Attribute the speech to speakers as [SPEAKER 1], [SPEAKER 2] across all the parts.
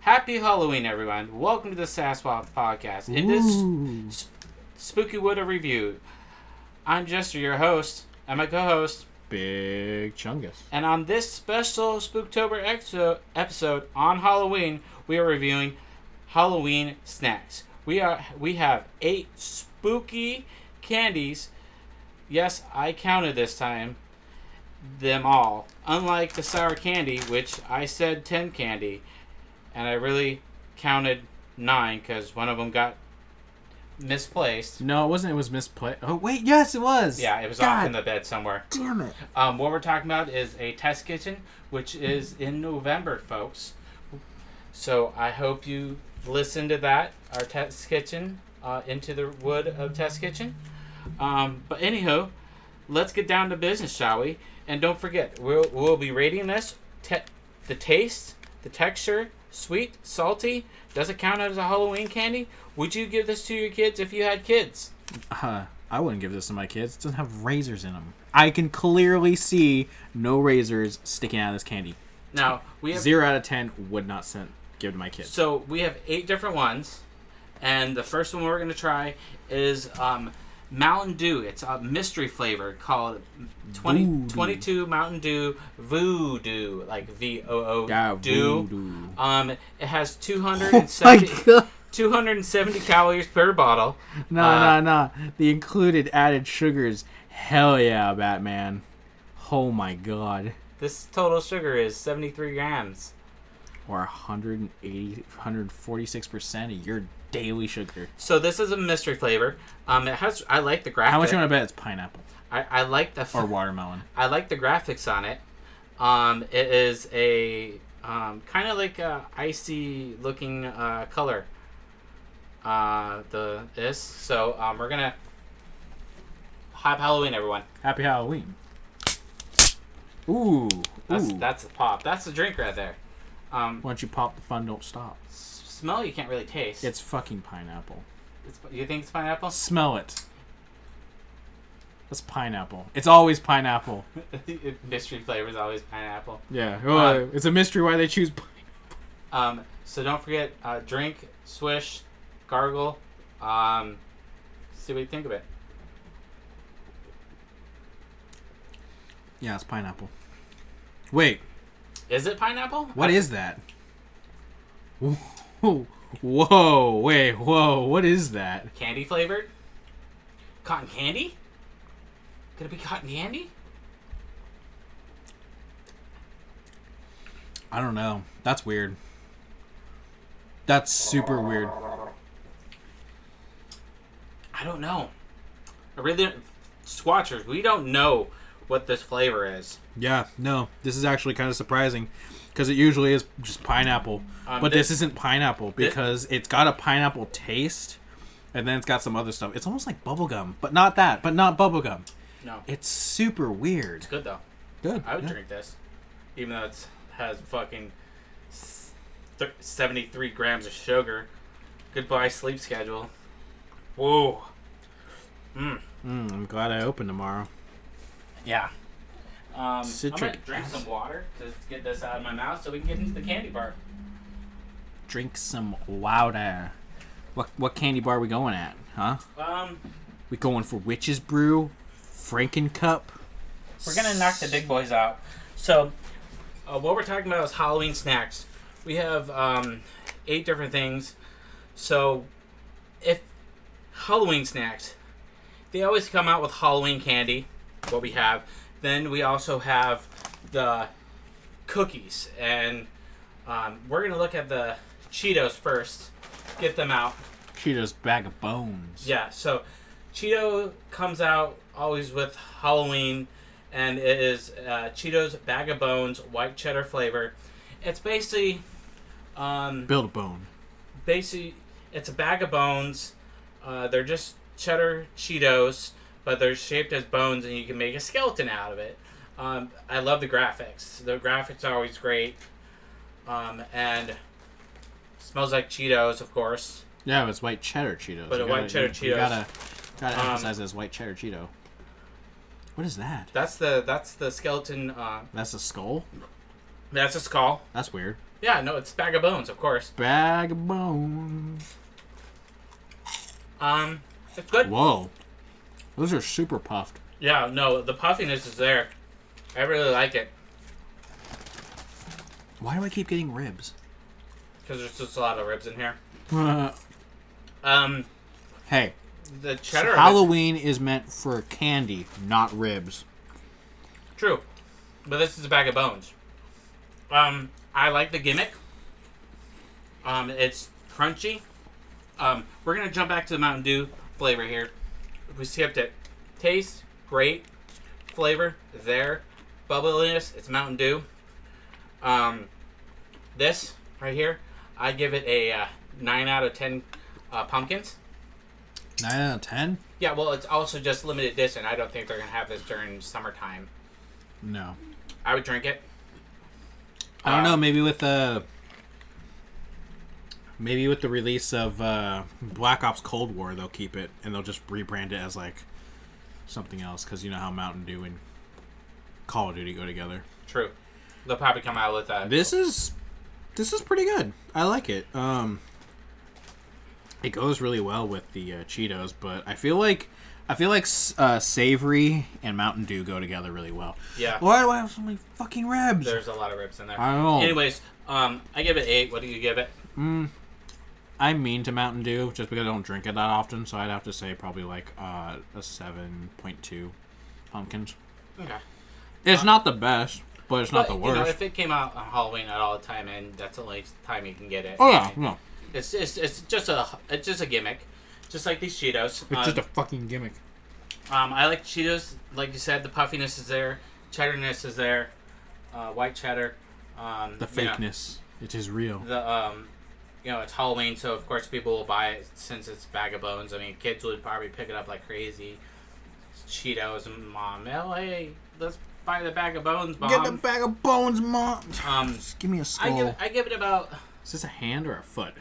[SPEAKER 1] Happy Halloween, everyone. Welcome to the Sasquatch Podcast. In this sp- Spooky Wood review, I'm Jester, your host, and my co host.
[SPEAKER 2] Big Chungus.
[SPEAKER 1] And on this special Spooktober exo- episode on Halloween, we are reviewing Halloween snacks. We are we have eight spooky candies. Yes, I counted this time them all. Unlike the sour candy, which I said 10 candy, and I really counted 9 because one of them got misplaced.
[SPEAKER 2] No, it wasn't. It was misplaced. Oh wait, yes, it was.
[SPEAKER 1] Yeah, it was off in the bed somewhere.
[SPEAKER 2] Damn it!
[SPEAKER 1] Um, what we're talking about is a test kitchen, which is in November, folks. So I hope you listen to that, our test kitchen, uh, into the wood of test kitchen. Um, but anywho, let's get down to business, shall we? And don't forget, we'll, we'll be rating this te- the taste, the texture, sweet, salty. Does it count as a Halloween candy? Would you give this to your kids if you had kids?
[SPEAKER 2] Uh, I wouldn't give this to my kids. It doesn't have razors in them. I can clearly see no razors sticking out of this candy.
[SPEAKER 1] Now we have
[SPEAKER 2] Zero out of ten would not send give to my kids.
[SPEAKER 1] So we have eight different ones, and the first one we're gonna try is um, Mountain Dew. It's a mystery flavor called 20,
[SPEAKER 2] Voodoo.
[SPEAKER 1] 22 Mountain Dew Voodoo, like V O O
[SPEAKER 2] Yeah,
[SPEAKER 1] Dew.
[SPEAKER 2] voodoo. Oh
[SPEAKER 1] Um, it has
[SPEAKER 2] My
[SPEAKER 1] 270,
[SPEAKER 2] God.
[SPEAKER 1] 270 calories per bottle.
[SPEAKER 2] No,
[SPEAKER 1] Uh,
[SPEAKER 2] no, no. The included added sugars. Hell yeah, Batman. Oh my God.
[SPEAKER 1] This total sugar is 73 grams.
[SPEAKER 2] Or 180, 146% of your daily sugar.
[SPEAKER 1] So this is a mystery flavor. Um, it has. I like the graphic.
[SPEAKER 2] How much you want to bet it's pineapple
[SPEAKER 1] I, I like the.
[SPEAKER 2] or watermelon?
[SPEAKER 1] I like the graphics on it. Um, it is a um, kind of like a icy looking uh, color. Uh, the this so um, we're gonna happy Halloween, everyone.
[SPEAKER 2] Happy Halloween. Ooh.
[SPEAKER 1] That's
[SPEAKER 2] ooh.
[SPEAKER 1] that's a pop. That's a drink right there. Um,
[SPEAKER 2] Once you pop the fun, don't stop.
[SPEAKER 1] s- smell you can't really taste.
[SPEAKER 2] It's fucking pineapple.
[SPEAKER 1] It's- you think it's pineapple?
[SPEAKER 2] Smell it. That's pineapple. It's always pineapple.
[SPEAKER 1] Mystery flavor is always pineapple.
[SPEAKER 2] Yeah. oh,
[SPEAKER 1] Uh,
[SPEAKER 2] it's a mystery why they choose pine.
[SPEAKER 1] Um, so don't forget uh, drink, swish, gargle. Um, see what you think of it.
[SPEAKER 2] Yeah, it's pineapple. Wait,
[SPEAKER 1] Is it pineapple?
[SPEAKER 2] what is that? Whoa, whoa, wait, whoa, what is that?
[SPEAKER 1] candy flavored? Cotton candy? Could it be cotton candy?
[SPEAKER 2] I don't know. That's weird. That's super weird.
[SPEAKER 1] I don't know. I really don't- Swatchers, we don't know what this flavor is.
[SPEAKER 2] Yeah, no, this is actually kind of surprising because it usually is just pineapple,
[SPEAKER 1] Um,
[SPEAKER 2] but this,
[SPEAKER 1] this-
[SPEAKER 2] isn't pineapple because it's got a pineapple taste, and then it's got some other stuff. It's almost like bubblegum, but not that, but not bubblegum.
[SPEAKER 1] No. It's
[SPEAKER 2] It's super weird.
[SPEAKER 1] good though.
[SPEAKER 2] Good.
[SPEAKER 1] I would
[SPEAKER 2] yeah.
[SPEAKER 1] drink this. Even though it has fucking s- thir- 73 grams of sugar. Goodbye, sleep schedule. Whoa.
[SPEAKER 2] Mm, I'm glad I open tomorrow.
[SPEAKER 1] Yeah. Um, I'm
[SPEAKER 2] Citric
[SPEAKER 1] gonna drink
[SPEAKER 2] acid.
[SPEAKER 1] some water to get this out of my mouth so we can get into the candy bar.
[SPEAKER 2] Drink some water. What what candy bar we going at? Huh?
[SPEAKER 1] Um,
[SPEAKER 2] We going for witch's brew, Franken cup.
[SPEAKER 1] We're gonna knock the big boys out. So, uh, what we're talking about is Halloween snacks. We have um, eight different things. So, if Halloween snacks, they always come out with Halloween candy. What we have, then we also have the cookies, and um, we're gonna look at the Cheetos first. Get them out.
[SPEAKER 2] Cheetos bag of bones.
[SPEAKER 1] Yeah, so Cheeto comes out always with Halloween, and it is uh, Cheeto's Bag of Bones white cheddar flavor. It's basically, um,
[SPEAKER 2] Build a bone.
[SPEAKER 1] basically, it's a bag of bones. Uh, they're just cheddar Cheetos, but they're shaped as bones, and you can make a skeleton out of it. Um, I love the graphics. The graphics are always great, um, and smells like Cheetos, of course.
[SPEAKER 2] Yeah, it's white cheddar Cheetos.
[SPEAKER 1] But
[SPEAKER 2] You
[SPEAKER 1] a white cheddar
[SPEAKER 2] you-
[SPEAKER 1] Cheetos.
[SPEAKER 2] You gotta gotta
[SPEAKER 1] Um,
[SPEAKER 2] emphasize as white cheddar Cheeto. What is that?
[SPEAKER 1] That's the that's the skeleton. Uh,
[SPEAKER 2] That's a skull.
[SPEAKER 1] That's a skull.
[SPEAKER 2] That's weird.
[SPEAKER 1] Yeah, no, it's Bag of Bones, of course.
[SPEAKER 2] Bag of bones.
[SPEAKER 1] Um, it's good.
[SPEAKER 2] Whoa. Those are super puffed.
[SPEAKER 1] Yeah, no, the puffiness is there. I really like it
[SPEAKER 2] Why do I keep getting ribs?
[SPEAKER 1] because there's just a lot of ribs in here.
[SPEAKER 2] hey,
[SPEAKER 1] Um, the cheddar. of
[SPEAKER 2] Halloween is meant for candy, not ribs.
[SPEAKER 1] it- true, but this is a bag of bones. Um, I like the gimmick. Um, it's crunchy. Um, we're gonna jump back to the Mountain Dew flavor here. We skipped it. Taste great, flavor there, bubbliness. It's Mountain Dew. Um, this right here, I give it a uh, nine out of ten uh, pumpkins.
[SPEAKER 2] Nine out of ten?
[SPEAKER 1] Yeah, well, it's also just limited edition. I don't think they're gonna have this during summertime.
[SPEAKER 2] No.
[SPEAKER 1] I would drink it.
[SPEAKER 2] I don't
[SPEAKER 1] Uh,
[SPEAKER 2] know. Maybe with uh maybe with the release of uh, Black Ops Cold War, they'll keep it and they'll just rebrand it as like something else because you know how Mountain Dew and Call of Duty go together.
[SPEAKER 1] True. They'll probably come out with a.
[SPEAKER 2] This is this is pretty good. I like it. Um, it goes really well with the uh, Cheetos, but I feel like I feel like s- uh, savory and Mountain Dew go together really well.
[SPEAKER 1] Yeah.
[SPEAKER 2] Why do I have so many fucking ribs?
[SPEAKER 1] There's a lot of ribs in there.
[SPEAKER 2] I don't know.
[SPEAKER 1] Anyways, um, I give it eight. What do you give it?
[SPEAKER 2] I'm mean to Mountain Dew just because I don't drink it that often, so I'd have to say probably like uh, a seven point two pumpkins.
[SPEAKER 1] Okay.
[SPEAKER 2] It's not the best, but it's not the
[SPEAKER 1] Uh, You know,
[SPEAKER 2] worst.
[SPEAKER 1] if it came out on Halloween at all the time, and that's the only time you can get it.
[SPEAKER 2] oh yeah,
[SPEAKER 1] and
[SPEAKER 2] no,
[SPEAKER 1] It's it's it's just a it's just a gimmick, just like these Cheetos.
[SPEAKER 2] it's
[SPEAKER 1] um,
[SPEAKER 2] just a fucking gimmick.
[SPEAKER 1] um, I like Cheetos. Like you said, the puffiness is there, cheddarness is there, uh, white cheddar. Um,
[SPEAKER 2] The
[SPEAKER 1] you know.
[SPEAKER 2] fakeness, it is real.
[SPEAKER 1] the um you know it's halloween so of course people will buy it since it's bag of bones i mean kids would probably pick it up like crazy cheetos and mom oh hey let's buy the bag of bones mom
[SPEAKER 2] Get the bag of bones, mom.
[SPEAKER 1] um
[SPEAKER 2] Just give me a
[SPEAKER 1] I
[SPEAKER 2] skull.
[SPEAKER 1] give, I give it about
[SPEAKER 2] Is this a hand or a foot?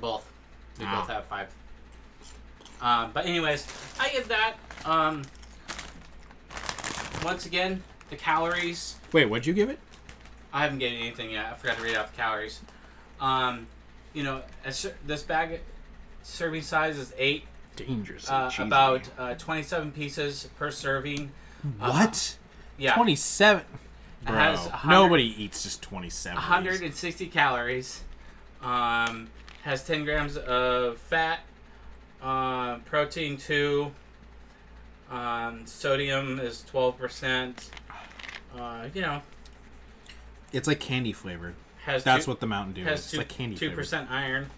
[SPEAKER 1] both we
[SPEAKER 2] Wow.
[SPEAKER 1] both have five um but anyways i give that um once again the calories
[SPEAKER 2] Wait, what'd you give it?
[SPEAKER 1] I haven't getting anything yet. I forgot to read out the calories. Um, you know, a, ser- this bag serving size is eight,
[SPEAKER 2] Dangerous.
[SPEAKER 1] uh, about uh, twenty-seven pieces per serving.
[SPEAKER 2] what?
[SPEAKER 1] Yeah,
[SPEAKER 2] Twenty seven.
[SPEAKER 1] It
[SPEAKER 2] Bro,
[SPEAKER 1] has a hundred-
[SPEAKER 2] nobody eats just twenty seven.
[SPEAKER 1] hundred and sixty calories. Um, has ten grams of fat, uh, protein two. Um, sodium is twelve percent. Uh, you know,
[SPEAKER 2] It's like candy flavored.
[SPEAKER 1] has
[SPEAKER 2] That's
[SPEAKER 1] two,
[SPEAKER 2] what the Mountain Dew is.
[SPEAKER 1] has
[SPEAKER 2] It's
[SPEAKER 1] two
[SPEAKER 2] like candy
[SPEAKER 1] two
[SPEAKER 2] flavored.
[SPEAKER 1] percent iron.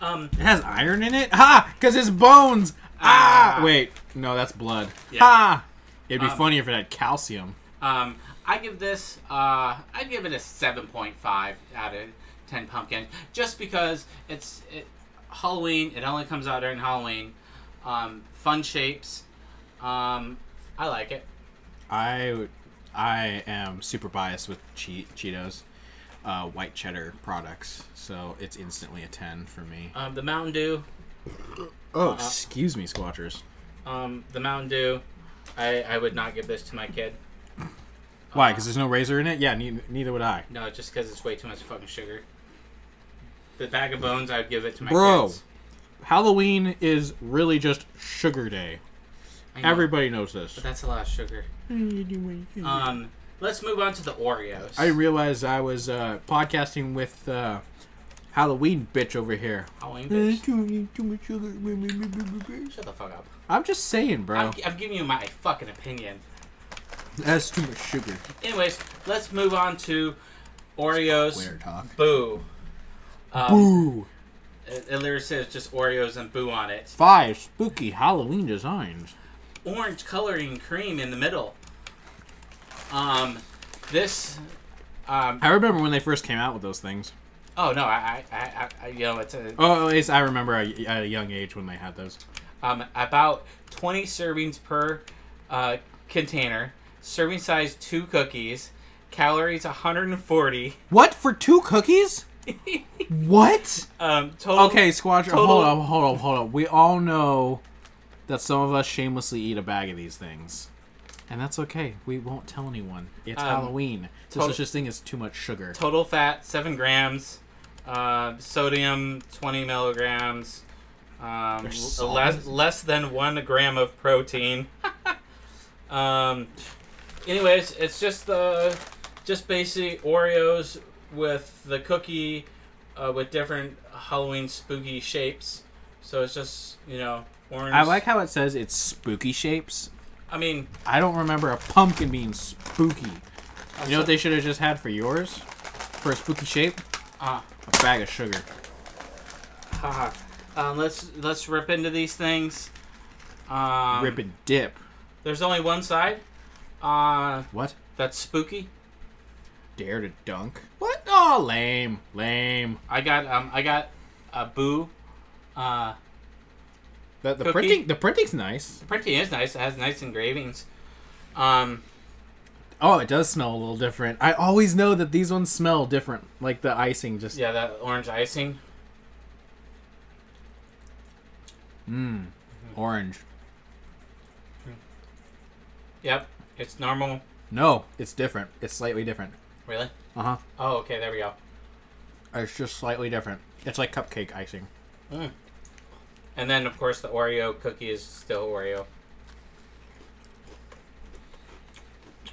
[SPEAKER 1] Um,
[SPEAKER 2] It has iron in it? Ha! Because it's bones! Ah!
[SPEAKER 1] Ah.
[SPEAKER 2] Wait, no, that's blood.
[SPEAKER 1] Yeah.
[SPEAKER 2] Ha! It'd be
[SPEAKER 1] Um,
[SPEAKER 2] funny if it had calcium.
[SPEAKER 1] Um, I give this, uh, I give it a 7.5 out of 10 pumpkins, just because it's it, Halloween. It only comes out during Halloween. Um, fun shapes. Um, I like it.
[SPEAKER 2] I, would- I am super biased with che- Cheetos, uh, white cheddar products, so it's instantly a 10 for me.
[SPEAKER 1] Um, the Mountain Dew,
[SPEAKER 2] Oh, excuse me, Squatchers.
[SPEAKER 1] um, the Mountain Dew. I, I would not give this to my kid.
[SPEAKER 2] Why? Because there's no razor in it? Yeah, ne- neither would I.
[SPEAKER 1] No, just because it's way too much fucking sugar. The bag of bones, I'd give it to my
[SPEAKER 2] Bro.
[SPEAKER 1] kids.
[SPEAKER 2] Halloween is really just sugar day.
[SPEAKER 1] I know,
[SPEAKER 2] Everybody knows this.
[SPEAKER 1] but that's a lot of sugar. Um, let's move on to the Oreos.
[SPEAKER 2] I realized I was uh, podcasting with uh, Halloween bitch over here.
[SPEAKER 1] Halloween
[SPEAKER 2] Uh,
[SPEAKER 1] bitch.
[SPEAKER 2] too too much sugar.
[SPEAKER 1] Shut the fuck up.
[SPEAKER 2] I'm just saying, bro.
[SPEAKER 1] I'm, I'm giving you my fucking opinion.
[SPEAKER 2] That's too much sugar.
[SPEAKER 1] Anyways, let's move on to Oreos.
[SPEAKER 2] Winter talk.
[SPEAKER 1] Boo. Um,
[SPEAKER 2] Boo!
[SPEAKER 1] It, it literally says just Oreos and boo on it.
[SPEAKER 2] Five spooky Halloween designs.
[SPEAKER 1] Orange coloring cream in the middle. Um, this. Um,
[SPEAKER 2] I remember when they first came out with those things.
[SPEAKER 1] oh no, I, I, I, I you know, it's a,
[SPEAKER 2] Oh, at least I remember at at a young age when they had those.
[SPEAKER 1] um, about 20 servings per uh, container. Serving size two cookies. Calories 140.
[SPEAKER 2] What for two cookies? what?
[SPEAKER 1] Um, total.
[SPEAKER 2] Okay, Squadron.
[SPEAKER 1] Total-
[SPEAKER 2] Hold up, hold up, hold up. We all know that some of us shamelessly eat a bag of these things. and that's okay. We won't tell anyone. It's
[SPEAKER 1] Um,
[SPEAKER 2] Halloween.
[SPEAKER 1] tot-
[SPEAKER 2] Suspicious thing is too much sugar.
[SPEAKER 1] Total fat, seven grams. Uh, sodium, 20 milligrams. Um,
[SPEAKER 2] There's
[SPEAKER 1] l-
[SPEAKER 2] salt.
[SPEAKER 1] less, less than one gram of protein. um, anyways, it's just the just basic Oreos with the cookie uh, with different Halloween spooky shapes. So it's just you know orange.
[SPEAKER 2] I like how it says it's spooky shapes.
[SPEAKER 1] I mean,
[SPEAKER 2] I don't remember a pumpkin being spooky.
[SPEAKER 1] Oh,
[SPEAKER 2] You know what they should have just had for yours? For a spooky shape?
[SPEAKER 1] uh,
[SPEAKER 2] A bag of sugar.
[SPEAKER 1] haha. Um, let's let's rip into these things. Um,
[SPEAKER 2] Rip and dip.
[SPEAKER 1] There's only one side. Uh,
[SPEAKER 2] What?
[SPEAKER 1] that's spooky.
[SPEAKER 2] Dare to dunk? What? Oh, lame. Lame.
[SPEAKER 1] I got um, I got a boo. Uh,
[SPEAKER 2] The, the
[SPEAKER 1] Cookie?
[SPEAKER 2] printing the printing's nice.
[SPEAKER 1] printing is nice. It has nice engravings. Um,
[SPEAKER 2] Oh, it does smell a little different. I always know that these ones smell different. Like the icing just
[SPEAKER 1] yeah, that orange icing.
[SPEAKER 2] orange.
[SPEAKER 1] Yep, it's normal.
[SPEAKER 2] No, it's different. It's slightly different.
[SPEAKER 1] Really?
[SPEAKER 2] Uh-huh.
[SPEAKER 1] Oh, okay. There we go.
[SPEAKER 2] It's just slightly different. It's like cupcake icing.
[SPEAKER 1] And then of course the Oreo cookie is still Oreo.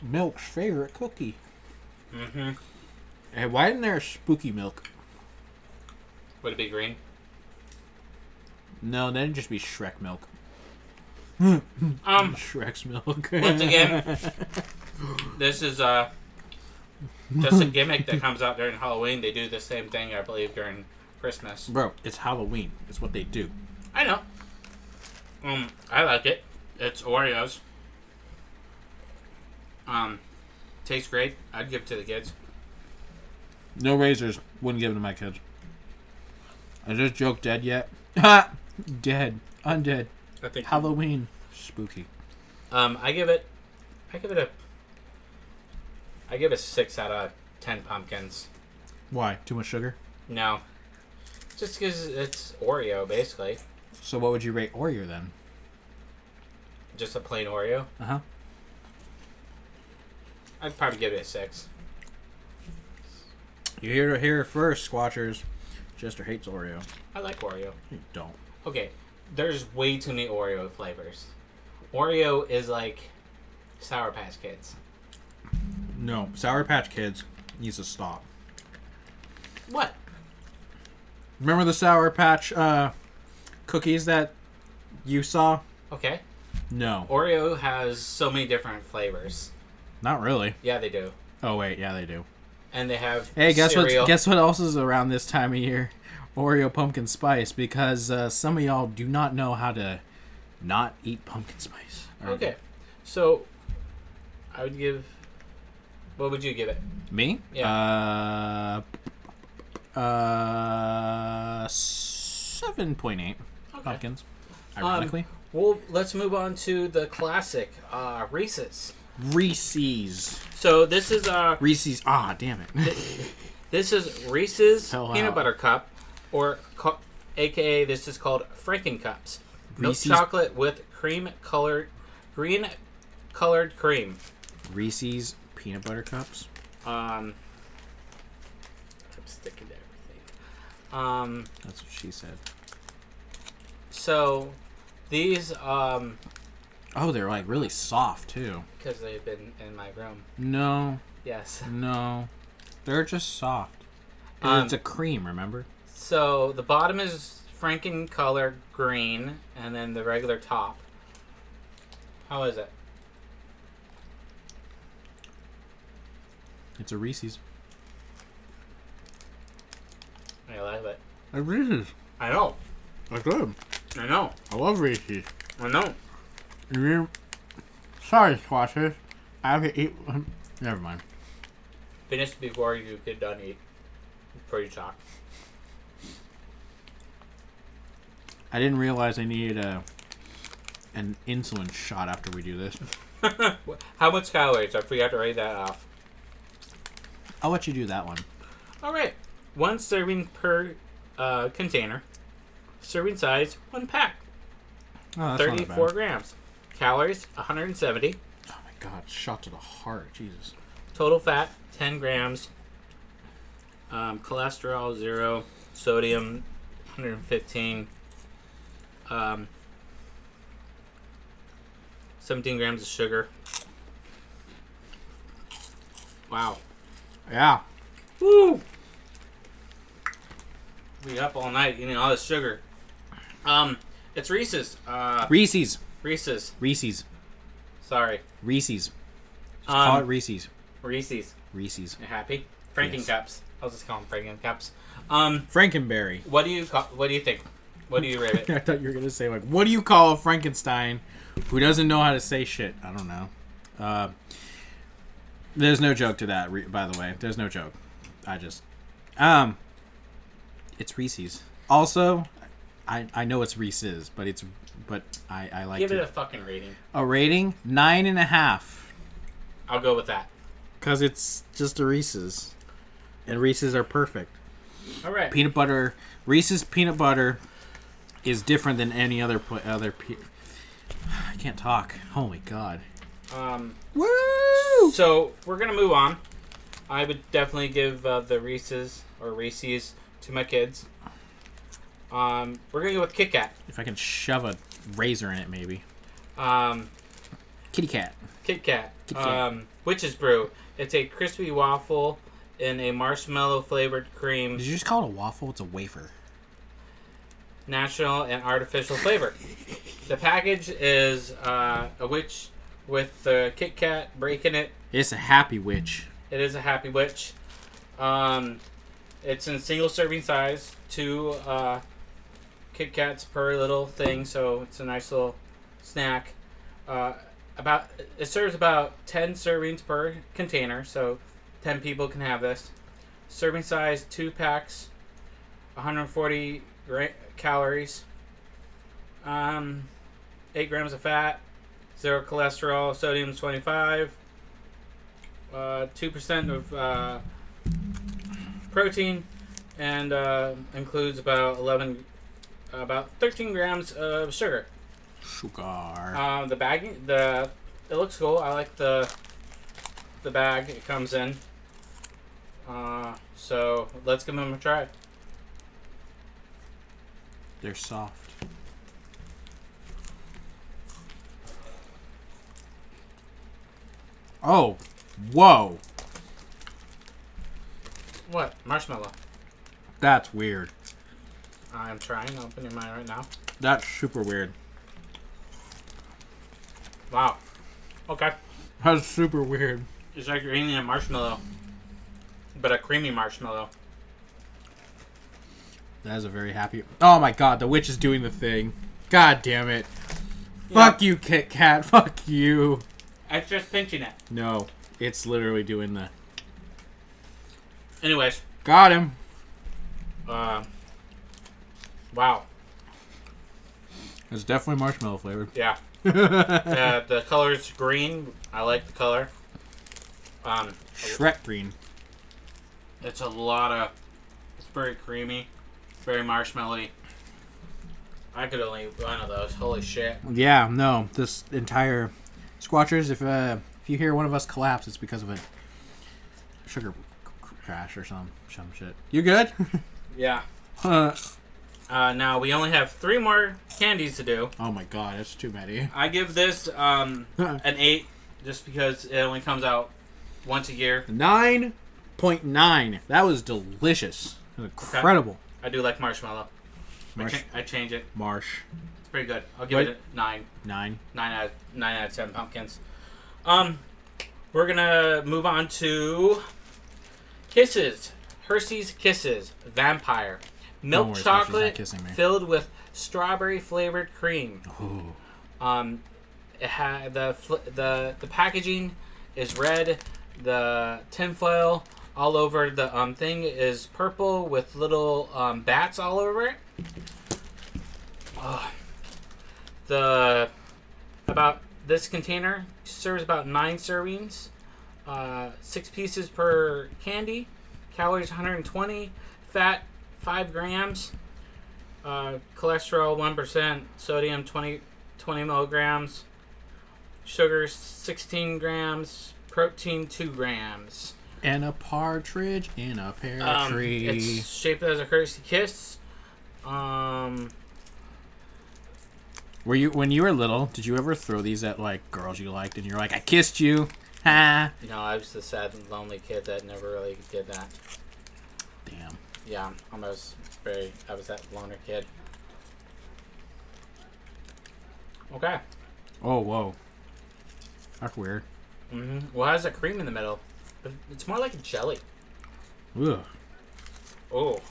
[SPEAKER 2] Milk's favorite cookie.
[SPEAKER 1] Mm-hmm.
[SPEAKER 2] Hey, why isn't there a spooky milk?
[SPEAKER 1] Would it be green?
[SPEAKER 2] No, that'd just be Shrek milk.
[SPEAKER 1] Um,
[SPEAKER 2] Shrek's milk.
[SPEAKER 1] once again, this is uh just a gimmick that comes out during Halloween. They do the same thing, I believe, during Christmas.
[SPEAKER 2] Bro, it's Halloween. It's what they do.
[SPEAKER 1] I know. Um, I like it. It's Oreos. Um, tastes great. I'd give it to the kids.
[SPEAKER 2] No razors. Wouldn't give them to my kids. Is this joke dead yet? Ha! dead. Undead.
[SPEAKER 1] I think.
[SPEAKER 2] Halloween. Spooky.
[SPEAKER 1] Um, I give it. I give it a. I give it a six out of ten pumpkins.
[SPEAKER 2] Why? Too much sugar?
[SPEAKER 1] No. Just because it's Oreo, basically,
[SPEAKER 2] So what would you rate Oreo then?
[SPEAKER 1] just a plain Oreo.
[SPEAKER 2] Uh huh.
[SPEAKER 1] I'd probably give it a six.
[SPEAKER 2] You hear it here first, Squatchers. Jester hates Oreo.
[SPEAKER 1] I like Oreo.
[SPEAKER 2] You don't.
[SPEAKER 1] Okay, there's way too many Oreo flavors. Oreo is like Sour Patch Kids.
[SPEAKER 2] No. Sour Patch Kids needs to stop.
[SPEAKER 1] What?
[SPEAKER 2] Remember the Sour Patch uh, cookies that you saw?
[SPEAKER 1] Okay.
[SPEAKER 2] No.
[SPEAKER 1] Oreo has so many different flavors.
[SPEAKER 2] Not really.
[SPEAKER 1] Yeah, they do.
[SPEAKER 2] Oh wait, yeah they do.
[SPEAKER 1] And they have
[SPEAKER 2] Hey, guess what?
[SPEAKER 1] cereal.
[SPEAKER 2] Guess what else is around this time of year? Oreo pumpkin spice, because uh, some of y'all do not know how to not eat pumpkin spice. All right.
[SPEAKER 1] Okay, so I would give. What would you give it?
[SPEAKER 2] Me? Yeah. Uh, uh, seven point eight
[SPEAKER 1] Okay. Um,
[SPEAKER 2] pumpkins. Ironically,
[SPEAKER 1] Well, let's move on to the classic uh, Reese's.
[SPEAKER 2] Reese's.
[SPEAKER 1] So this is uh
[SPEAKER 2] Reese's. Ah, damn it.
[SPEAKER 1] this is Reese's
[SPEAKER 2] Hell
[SPEAKER 1] peanut
[SPEAKER 2] out.
[SPEAKER 1] butter cup, or cu- AKA this is called Franken cups. Milk
[SPEAKER 2] Reese's-
[SPEAKER 1] chocolate with cream colored, green colored cream.
[SPEAKER 2] Reese's peanut butter cups.
[SPEAKER 1] Um, I'm sticking to everything. Um,
[SPEAKER 2] That's what she said.
[SPEAKER 1] so these, um,
[SPEAKER 2] Oh, they're like really soft too.
[SPEAKER 1] because they've been in my room.
[SPEAKER 2] No,
[SPEAKER 1] Yes.
[SPEAKER 2] no, they're just soft. 'Cause
[SPEAKER 1] Um,
[SPEAKER 2] it's a cream, remember?
[SPEAKER 1] So the bottom is Franken color green, and then the regular top. How is it?
[SPEAKER 2] It's a Reese's.
[SPEAKER 1] I love it.
[SPEAKER 2] A Reese's.
[SPEAKER 1] I know.
[SPEAKER 2] I good.
[SPEAKER 1] I know.
[SPEAKER 2] I love Reese's.
[SPEAKER 1] I know.
[SPEAKER 2] Sorry, Squashers. I have to eat. Never mind.
[SPEAKER 1] Finish before you get done eat. Before you talk.
[SPEAKER 2] I didn't realize I needed a an insulin shot after we do this.
[SPEAKER 1] How much calories? I forgot to write that off.
[SPEAKER 2] I'll let you do that one.
[SPEAKER 1] All right, one serving per uh, container. Serving size one pack,
[SPEAKER 2] Oh, that's not bad.
[SPEAKER 1] thirty-four grams. Calories one hundred and seventy.
[SPEAKER 2] Oh my God, shot to the heart. Jesus.
[SPEAKER 1] Total fat, 10 grams. Um, cholesterol, zero. Sodium, 115. Um, 17 grams of sugar. Wow.
[SPEAKER 2] Yeah.
[SPEAKER 1] Woo! We up all night eating all this sugar. Um, it's Reese's. Uh,
[SPEAKER 2] Reese's.
[SPEAKER 1] Reese's.
[SPEAKER 2] Reese's.
[SPEAKER 1] Sorry.
[SPEAKER 2] Reese's. Just call it
[SPEAKER 1] Um,
[SPEAKER 2] Reese's.
[SPEAKER 1] Reese's.
[SPEAKER 2] Reese's.
[SPEAKER 1] You happy? Franken
[SPEAKER 2] Yes.
[SPEAKER 1] cups. I'll just call them Franken cups. Um,
[SPEAKER 2] Frankenberry.
[SPEAKER 1] what do you call, what do you think? What do you rate it?
[SPEAKER 2] I thought you were gonna say like, what do you call a Frankenstein who doesn't know how to say shit? I don't know. Uh, there's no joke to that, re- by the way. There's no joke. I just, um, it's Reese's. Also, I I know it's Reese's, but it's but I I like
[SPEAKER 1] Give it a
[SPEAKER 2] it.
[SPEAKER 1] fucking rating.
[SPEAKER 2] A-, rating nine and a half
[SPEAKER 1] I'll go with that.
[SPEAKER 2] because it's just a Reese's, and Reese's are perfect.
[SPEAKER 1] All right.
[SPEAKER 2] peanut butter Reese's peanut butter is different than any other pla- other. Pe- I can't talk. Holy God!
[SPEAKER 1] Um,
[SPEAKER 2] Woo!
[SPEAKER 1] so we're gonna move on. I would definitely give uh, the Reese's or Reese's to my kids. Um, we're gonna go with Kit Kat.
[SPEAKER 2] If I can shove a razor in it, maybe.
[SPEAKER 1] Um,
[SPEAKER 2] Kitty cat.
[SPEAKER 1] Kit Kat,
[SPEAKER 2] Kit Kat.
[SPEAKER 1] um, Witch's Brew. It's a crispy waffle in a marshmallow flavored cream,
[SPEAKER 2] Did you just call it a waffle? It's a wafer.
[SPEAKER 1] natural and artificial flavor. The package is uh, a witch with the Kit Kat breaking it.
[SPEAKER 2] It's a happy witch.
[SPEAKER 1] It is a happy witch. Um, it's in single serving size, two uh, Kit Kats per little thing, so it's a nice little snack. Uh, about it serves about ten servings per container, so ten people can have this. Serving size two packs, 140 gra- calories, um, eight grams of fat, zero cholesterol, sodium 25 two percent of uh, protein, and uh, includes about eleven, about thirteen grams of sugar.
[SPEAKER 2] Sugar.
[SPEAKER 1] Um, the bagging, the it looks cool. I like the the bag it comes in. Uh, so let's give them a try.
[SPEAKER 2] They're soft. Oh, whoa!
[SPEAKER 1] What marshmallow?
[SPEAKER 2] That's weird.
[SPEAKER 1] I'm trying. I'll open your mind right now.
[SPEAKER 2] That's super weird.
[SPEAKER 1] Wow. Okay.
[SPEAKER 2] That's super weird.
[SPEAKER 1] It's like you're eating a marshmallow, but a creamy marshmallow.
[SPEAKER 2] That is a very happy. Oh my god, the witch is doing the thing. God damn it. Fuck you, Kit Kat. Fuck you.
[SPEAKER 1] It's just pinching it.
[SPEAKER 2] No, it's literally doing the.
[SPEAKER 1] Anyways,
[SPEAKER 2] Got him.
[SPEAKER 1] uh, wow.
[SPEAKER 2] It's definitely marshmallow flavored.
[SPEAKER 1] Yeah. Uh, the color's green. I like the color. Um,
[SPEAKER 2] Shrek green.
[SPEAKER 1] it's a lot of. It's very creamy, very marshmallowy. I could only eat one of those. Holy shit!
[SPEAKER 2] Yeah, no, this entire. Squatchers, if uh, if you hear one of us collapse, it's because of a sugar c- c- crash or some some shit. You good?
[SPEAKER 1] Yeah.
[SPEAKER 2] Uh,
[SPEAKER 1] Uh, now we only have three more candies to do.
[SPEAKER 2] oh my god, that's too many.
[SPEAKER 1] I give this um an eight, just because it only comes out once a year.
[SPEAKER 2] Nine point nine. That was delicious. Incredible.
[SPEAKER 1] I do like marshmallow. I,
[SPEAKER 2] Marsh.
[SPEAKER 1] cha- I change it.
[SPEAKER 2] Marsh.
[SPEAKER 1] It's pretty good. I'll give
[SPEAKER 2] Wait.
[SPEAKER 1] it a nine.
[SPEAKER 2] Nine.
[SPEAKER 1] nine out of, nine out of ten pumpkins. Um, we're gonna move on to kisses. Hershey's Kisses Vampire
[SPEAKER 2] worry,
[SPEAKER 1] Milk
[SPEAKER 2] she's not
[SPEAKER 1] chocolate
[SPEAKER 2] kissing me.
[SPEAKER 1] filled with strawberry flavored cream.
[SPEAKER 2] Ooh.
[SPEAKER 1] Um, it ha- the fl- the the packaging is red. The tinfoil all over the um thing is purple with little um, bats all over it. Ugh. the about this container serves about nine servings, uh, six pieces per candy, calories 120, fat five grams, uh, cholesterol 1%, sodium 20, 20 milligrams, sugar 16 grams, protein 2 grams.
[SPEAKER 2] And a partridge in a pear
[SPEAKER 1] Um,
[SPEAKER 2] tree.
[SPEAKER 1] It's shaped as a courtesy kiss. Um,
[SPEAKER 2] Were you when you were little? Did you ever throw these at like girls you liked, and you're like, "I kissed you." Ha!
[SPEAKER 1] no, I was the sad and lonely kid that never really did that.
[SPEAKER 2] Damn.
[SPEAKER 1] Yeah, I was very, I was that loner kid. Okay.
[SPEAKER 2] Oh whoa. That's weird.
[SPEAKER 1] hmm Well, it has a cream in the middle, but it's more like a jelly.
[SPEAKER 2] Ugh.
[SPEAKER 1] Oh,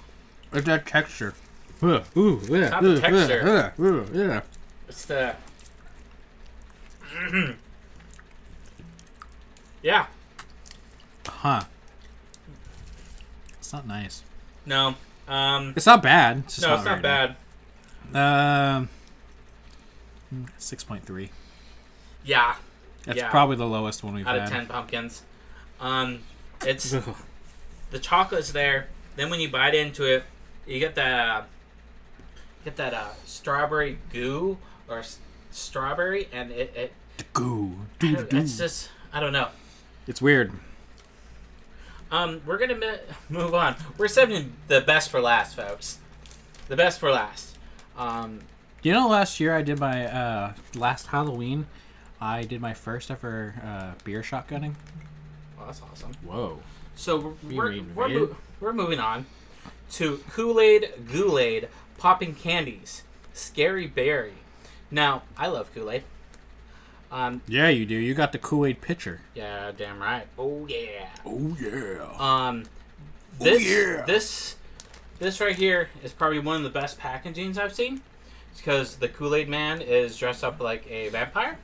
[SPEAKER 2] It's that texture. Ugh. Ooh. Yeah.
[SPEAKER 1] not the
[SPEAKER 2] ugh,
[SPEAKER 1] texture.
[SPEAKER 2] ugh, ugh, ugh, yeah.
[SPEAKER 1] it's the. yeah.
[SPEAKER 2] Huh. It's not nice.
[SPEAKER 1] No. Um.
[SPEAKER 2] It's not bad. It's just
[SPEAKER 1] no, it's not
[SPEAKER 2] very
[SPEAKER 1] bad.
[SPEAKER 2] nice. Um. Six point three.
[SPEAKER 1] Yeah,
[SPEAKER 2] That's
[SPEAKER 1] Yeah.
[SPEAKER 2] probably the lowest one we've
[SPEAKER 1] out
[SPEAKER 2] had.
[SPEAKER 1] of ten pumpkins. Um, it's
[SPEAKER 2] Ugh.
[SPEAKER 1] the chocolate's there. Then when you bite into it, you get that uh, get that uh, strawberry goo or s- strawberry, and it, it
[SPEAKER 2] Goo.
[SPEAKER 1] I
[SPEAKER 2] Doo,
[SPEAKER 1] don't-
[SPEAKER 2] doo,
[SPEAKER 1] it's
[SPEAKER 2] doo.
[SPEAKER 1] just I don't know.
[SPEAKER 2] It's weird.
[SPEAKER 1] Um, we're gonna mi- move on. We're saving the best for last, folks. The best for last. Um,
[SPEAKER 2] You know, last year I did my uh, last Halloween. I did my first ever uh, beer shotgunning.
[SPEAKER 1] well, that's awesome.
[SPEAKER 2] Whoa!
[SPEAKER 1] So we're
[SPEAKER 2] We
[SPEAKER 1] we're,
[SPEAKER 2] reinvented
[SPEAKER 1] we're, mo- we're moving on to Kool Aid, Kool Aid, popping candies, scary berry. Now I love Kool Aid. Um,
[SPEAKER 2] Yeah, you do. You got the Kool Aid pitcher.
[SPEAKER 1] yeah, damn right. Oh yeah.
[SPEAKER 2] Oh yeah!
[SPEAKER 1] Um, this
[SPEAKER 2] yeah.
[SPEAKER 1] this this right here is probably one of the best packagings I've seen because the Kool Aid Man is dressed up like a vampire.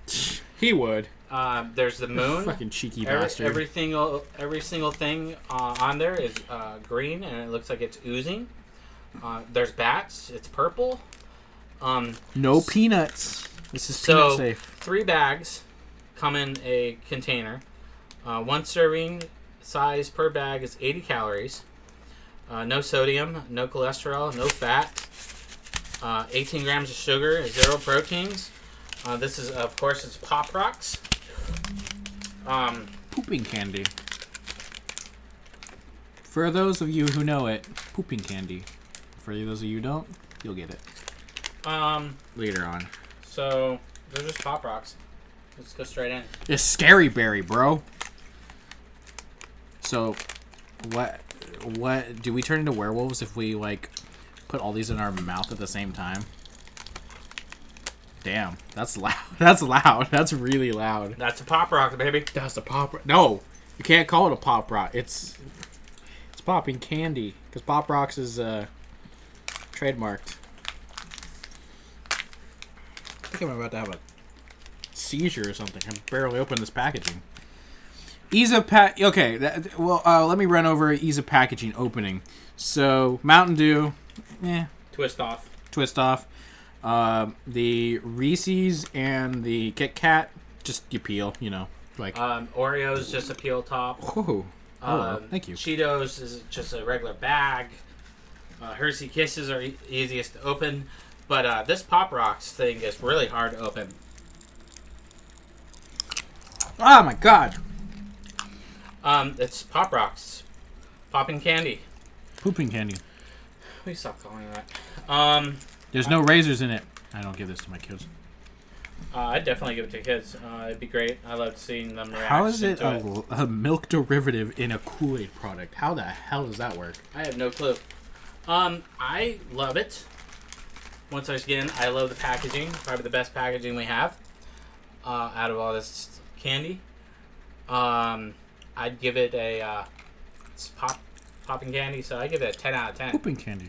[SPEAKER 2] He would.
[SPEAKER 1] Um, there's the moon.
[SPEAKER 2] Fucking cheeky
[SPEAKER 1] Every,
[SPEAKER 2] bastard.
[SPEAKER 1] every single every single thing uh, on there is uh, green, and it looks like it's oozing. Uh, there's bats. It's purple. Um,
[SPEAKER 2] no peanuts. This is
[SPEAKER 1] So-
[SPEAKER 2] peanut safe.
[SPEAKER 1] three bags come in a container. Uh, one serving size per bag is 80 calories. Uh, no sodium, no cholesterol, no fat. Uh, 18 grams of sugar, zero proteins. Uh, this is, of course, it's Pop Rocks. Um,
[SPEAKER 2] Pooping candy. For those of you who know it, pooping candy. For those of you who don't, you'll get it
[SPEAKER 1] um,
[SPEAKER 2] later on.
[SPEAKER 1] So they're just pop rocks. Let's go straight in.
[SPEAKER 2] It's scary berry, bro. So, what? What do we turn into werewolves if we like put all these in our mouth at the same time? Damn, that's loud. That's loud. That's really loud.
[SPEAKER 1] That's a pop rock, baby.
[SPEAKER 2] That's a pop. Rock. No, you can't call it a pop rock. It's it's popping candy because pop rocks is uh trademarked. I think I'm about to have a seizure or something. I barely opened this packaging. Ease of pack. Okay, that, well, uh, let me run over ease of packaging opening. So Mountain Dew, yeah,
[SPEAKER 1] Twist off.
[SPEAKER 2] twist off. Um, the Reese's and the Kit Kat, just you peel, you know, like
[SPEAKER 1] Um, Oreos just a peel top.
[SPEAKER 2] Oh,
[SPEAKER 1] Um,
[SPEAKER 2] hello. Thank you.
[SPEAKER 1] Cheetos is just a regular bag. Uh, Hershey Kisses are e- easiest to open, but uh, this Pop Rocks thing is really hard to open.
[SPEAKER 2] Oh my god.
[SPEAKER 1] Um, it's Pop Rocks, popping candy.
[SPEAKER 2] Pooping candy.
[SPEAKER 1] We stop calling it that. Um,
[SPEAKER 2] There's no razors in it. I don't give this to my kids.
[SPEAKER 1] uh, I'd definitely give it to kids. Uh, it'd be great. I love seeing them react.
[SPEAKER 2] How is it uh,
[SPEAKER 1] to
[SPEAKER 2] a, a milk derivative in a Kool Aid product? How the hell does that work?
[SPEAKER 1] I have no clue. Um, I love it. Once again, I love the packaging. Probably the best packaging we have uh, out of all this candy. Um, I'd give it a uh, it's pop popping candy, so I give it a ten out of ten.
[SPEAKER 2] Pooping candy.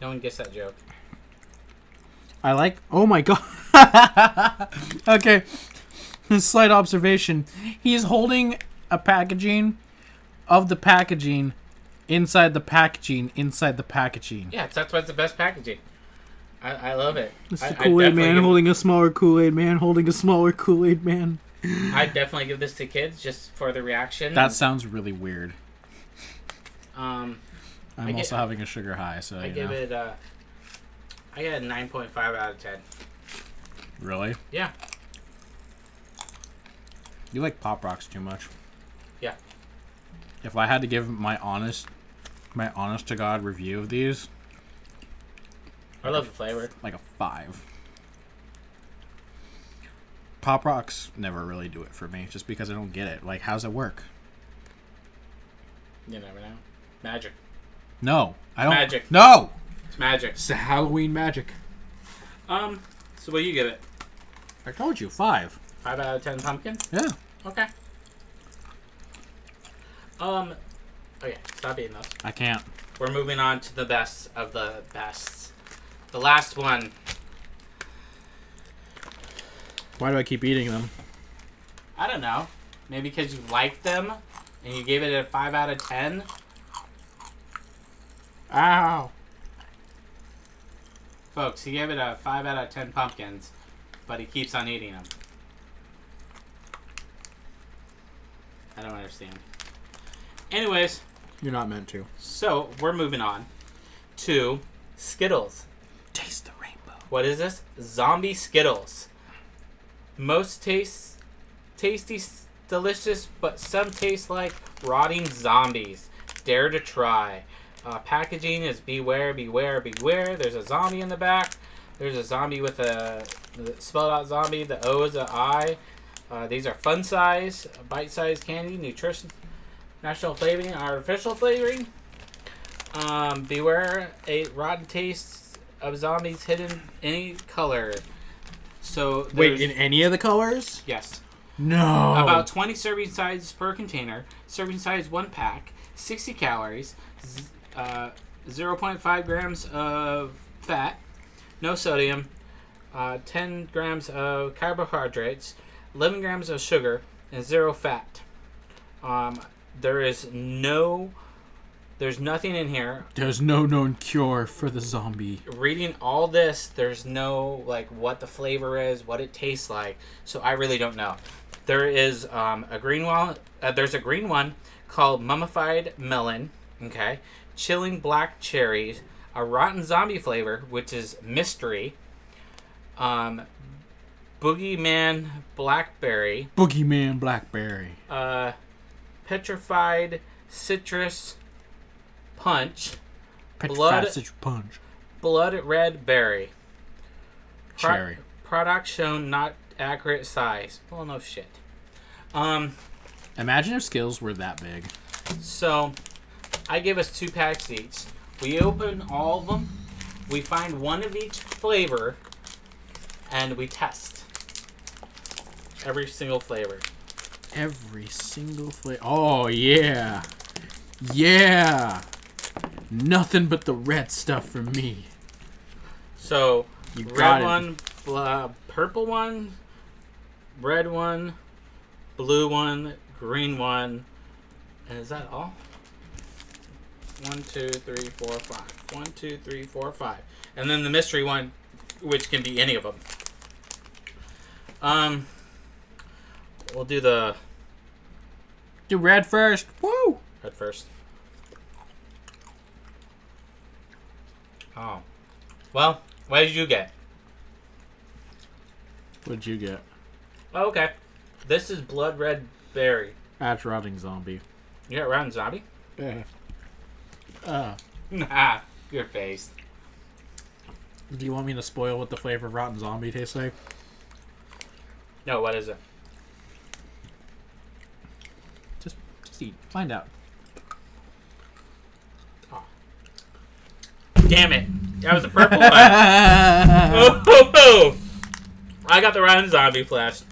[SPEAKER 1] No one gets that joke.
[SPEAKER 2] I like. Oh my god. okay. Slight observation. He's holding a packaging of the packaging inside the packaging inside the packaging.
[SPEAKER 1] Yeah, that's why it's the best packaging. I, I love it.
[SPEAKER 2] It's
[SPEAKER 1] I,
[SPEAKER 2] the
[SPEAKER 1] I
[SPEAKER 2] Kool Aid
[SPEAKER 1] definitely
[SPEAKER 2] man
[SPEAKER 1] give-
[SPEAKER 2] holding a smaller Kool Aid man holding a smaller Kool Aid man.
[SPEAKER 1] I definitely give this to kids just for the reaction.
[SPEAKER 2] That sounds really weird.
[SPEAKER 1] um,
[SPEAKER 2] I'm
[SPEAKER 1] I get-
[SPEAKER 2] also having a sugar high, so
[SPEAKER 1] I
[SPEAKER 2] you
[SPEAKER 1] give
[SPEAKER 2] know.
[SPEAKER 1] it uh, I got a nine point five out of ten.
[SPEAKER 2] Really?
[SPEAKER 1] Yeah.
[SPEAKER 2] You like pop rocks too much.
[SPEAKER 1] Yeah.
[SPEAKER 2] If I had to give my honest, my honest to god review of these,
[SPEAKER 1] I love the flavor.
[SPEAKER 2] like a five. Pop rocks never really do it for me, just because I don't get it. Like, how's it work?
[SPEAKER 1] You never know. Magic.
[SPEAKER 2] No, I don't.
[SPEAKER 1] Magic.
[SPEAKER 2] No,
[SPEAKER 1] It's magic.
[SPEAKER 2] it's Halloween magic.
[SPEAKER 1] Um, so what do you give it?
[SPEAKER 2] I told you five.
[SPEAKER 1] Five out of ten pumpkins?
[SPEAKER 2] Yeah.
[SPEAKER 1] Okay. Um, okay, stop eating those.
[SPEAKER 2] I can't.
[SPEAKER 1] We're moving on to the best of the best. The last one.
[SPEAKER 2] Why do I keep eating them?
[SPEAKER 1] I don't know. Maybe because you liked them and you gave it a 5 out of 10.
[SPEAKER 2] Ow.
[SPEAKER 1] Folks, he gave it a 5 out of 10 pumpkins, but he keeps on eating them. I don't understand. Anyways,
[SPEAKER 2] You're not meant to.
[SPEAKER 1] so we're moving on to Skittles.
[SPEAKER 2] Taste the rainbow.
[SPEAKER 1] What is this? Zombie Skittles. Most taste tasty, s- delicious, but some taste like rotting zombies. Dare to try. Uh, packaging is beware, beware, beware. There's a zombie in the back. There's a zombie with a the spelled out zombie. The O is a I. Uh, these are fun size, bite size candy, nutrition, natural flavoring, artificial flavoring. Um, beware a rotten taste of zombies hidden any color. So
[SPEAKER 2] Wait,
[SPEAKER 1] there's-
[SPEAKER 2] in any of the colors?
[SPEAKER 1] yes.
[SPEAKER 2] No.
[SPEAKER 1] About 20 serving sizes per container. Serving size one pack. 60 calories. z- Uh, 0.5 grams of fat. No sodium. Uh, 10 grams of carbohydrates. 11 grams of sugar. And zero fat. Um, there is no. There's nothing in here.
[SPEAKER 2] There's no known cure for the zombie.
[SPEAKER 1] Reading all this, there's no like what the flavor is, what it tastes like. So I really don't know. There is um, a green one. Uh, there's a green one called mummified melon. Okay, chilling black cherries, a rotten zombie flavor, which is mystery. Um, boogeyman blackberry,
[SPEAKER 2] Boogeyman Blackberry.
[SPEAKER 1] uh, petrified citrus punch, Blood-
[SPEAKER 2] Petrified Citrus Punch.
[SPEAKER 1] blood red berry. Pro-
[SPEAKER 2] Cherry.
[SPEAKER 1] product shown not accurate size. Well, no shit. Um.
[SPEAKER 2] Imagine if skills were that big.
[SPEAKER 1] So, I give us two packs each. We open all of them. We find one of each flavor, and we test every single flavor.
[SPEAKER 2] Every single flavor. Oh, yeah. Yeah. Nothing but the red stuff for me.
[SPEAKER 1] So,
[SPEAKER 2] You got
[SPEAKER 1] red
[SPEAKER 2] it.
[SPEAKER 1] one, bla purple one, red one, blue one, green one, and is that all? One, two, three, four, five. One, two, three, four, five, and then the mystery one, which can be any of them. Um, we'll do the
[SPEAKER 2] Do red first. Woo!
[SPEAKER 1] red first. Oh, well, what did you get?
[SPEAKER 2] What'd you get?
[SPEAKER 1] Oh, okay. This is blood red berry.
[SPEAKER 2] Ash Rotting Zombie.
[SPEAKER 1] You got rotten zombie?
[SPEAKER 2] Yeah. Uh,
[SPEAKER 1] Nah, your face.
[SPEAKER 2] do you want me to spoil what the flavor of Rotten Zombie tastes like?
[SPEAKER 1] No, what is it?
[SPEAKER 2] Just, just eat. Find out.
[SPEAKER 1] Oh. Damn it. That was the purple one. Oh, ho, ho. I got the rotten zombie flash.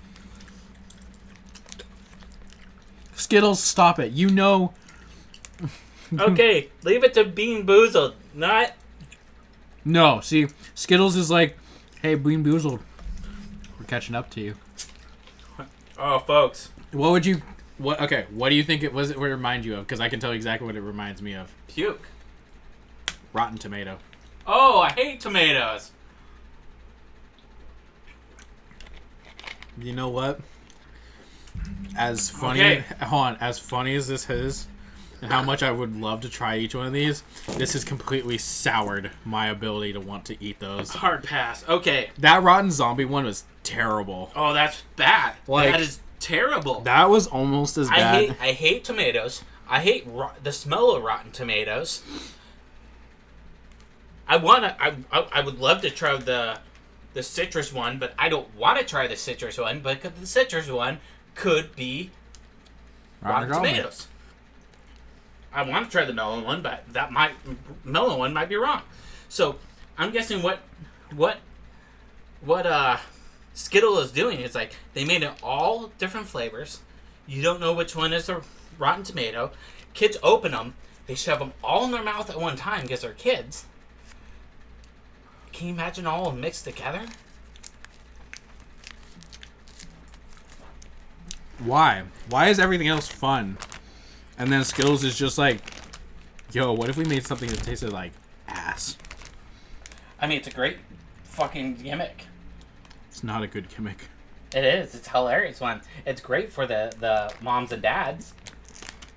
[SPEAKER 2] Skittles, stop it. You know
[SPEAKER 1] Okay, leave it to Bean Boozled, not
[SPEAKER 2] No, see, Skittles is like, hey, Bean Boozled, we're catching up to you.
[SPEAKER 1] Oh folks.
[SPEAKER 2] What would you, what? Okay, what do you think it was? It would remind you of? Because I can tell you exactly what it reminds me of.
[SPEAKER 1] Puke.
[SPEAKER 2] Rotten Tomato.
[SPEAKER 1] Oh, I hate tomatoes.
[SPEAKER 2] You know what? As funny,
[SPEAKER 1] Okay.
[SPEAKER 2] hold on, as funny as this is, and how much I would love to try each one of these, this has completely soured my ability to want to eat those.
[SPEAKER 1] Hard pass. Okay.
[SPEAKER 2] That Rotten Zombie one was terrible.
[SPEAKER 1] Oh, that's bad.
[SPEAKER 2] Like-
[SPEAKER 1] that is terrible.
[SPEAKER 2] That was almost as
[SPEAKER 1] I
[SPEAKER 2] bad.
[SPEAKER 1] hate I hate tomatoes. I hate ro- the smell of rotten tomatoes. I wanna I, I I would love to try the the citrus one, but I don't want to try the citrus one because the citrus one could be rotten
[SPEAKER 2] Garlic.
[SPEAKER 1] tomatoes. I want to try the melon one, but that might melon one might be wrong. So I'm guessing what what what uh Skittle is doing is like they made it all different flavors. You don't know which one is the rotten tomato. Kids open them. They shove them all in their mouth at one time because they're kids. Can you imagine all mixed together?
[SPEAKER 2] Why? Why is everything else fun? And then Skittles is just like, yo, what if we made something that tasted like ass?
[SPEAKER 1] I mean, it's a great fucking gimmick.
[SPEAKER 2] It's not a good gimmick.
[SPEAKER 1] It is. It's a hilarious one. It's great for the the moms and dads.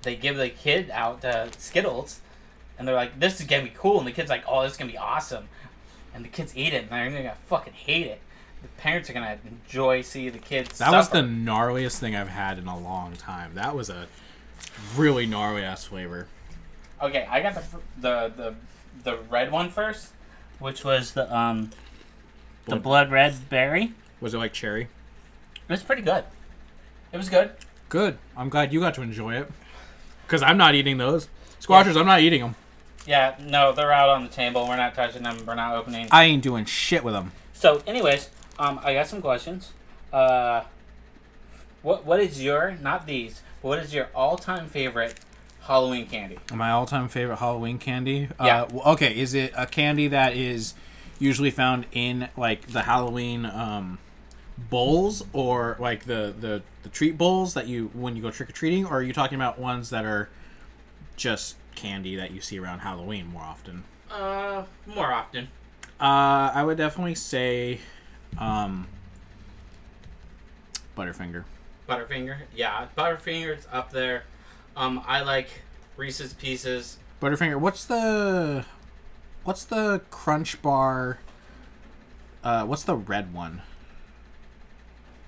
[SPEAKER 1] They give the kid out the Skittles, and they're like, "This is gonna be cool," and the kid's like, "Oh, this is gonna be awesome," and the kids eat it, and they're gonna fucking hate it. The parents are gonna enjoy seeing the kids.
[SPEAKER 2] That was the
[SPEAKER 1] suffer.
[SPEAKER 2] gnarliest thing I've had in a long time. That was a really gnarly ass flavor.
[SPEAKER 1] okay. I got the fr- the the the red one first, which was the um the
[SPEAKER 2] Blood-
[SPEAKER 1] blood red berry.
[SPEAKER 2] Was it like cherry?
[SPEAKER 1] It was pretty good. It was good.
[SPEAKER 2] Good. I'm glad you got to enjoy it. Because I'm not eating those. Squashers, I'm not eating them.
[SPEAKER 1] Yeah. No, they're out on the table. We're not touching them. We're not opening.
[SPEAKER 2] I ain't doing shit with them.
[SPEAKER 1] So, anyways, um, I got some questions. Uh, what what is your not these? but What is your all time favorite Halloween candy?
[SPEAKER 2] My all time favorite Halloween candy?
[SPEAKER 1] Yeah.
[SPEAKER 2] Uh, w- okay, is it a candy that is usually found in like the Halloween um, bowls or like the, the, the treat bowls that you when you go trick or treating? Or are you talking about ones that are just candy that you see around Halloween more often?
[SPEAKER 1] Uh, more often.
[SPEAKER 2] Uh, I would definitely say um, Butterfinger.
[SPEAKER 1] Butterfinger, yeah, Butterfinger's up there. Um, I like Reese's Pieces.
[SPEAKER 2] Butterfinger, what's the what's the crunch bar? Uh, what's the red one?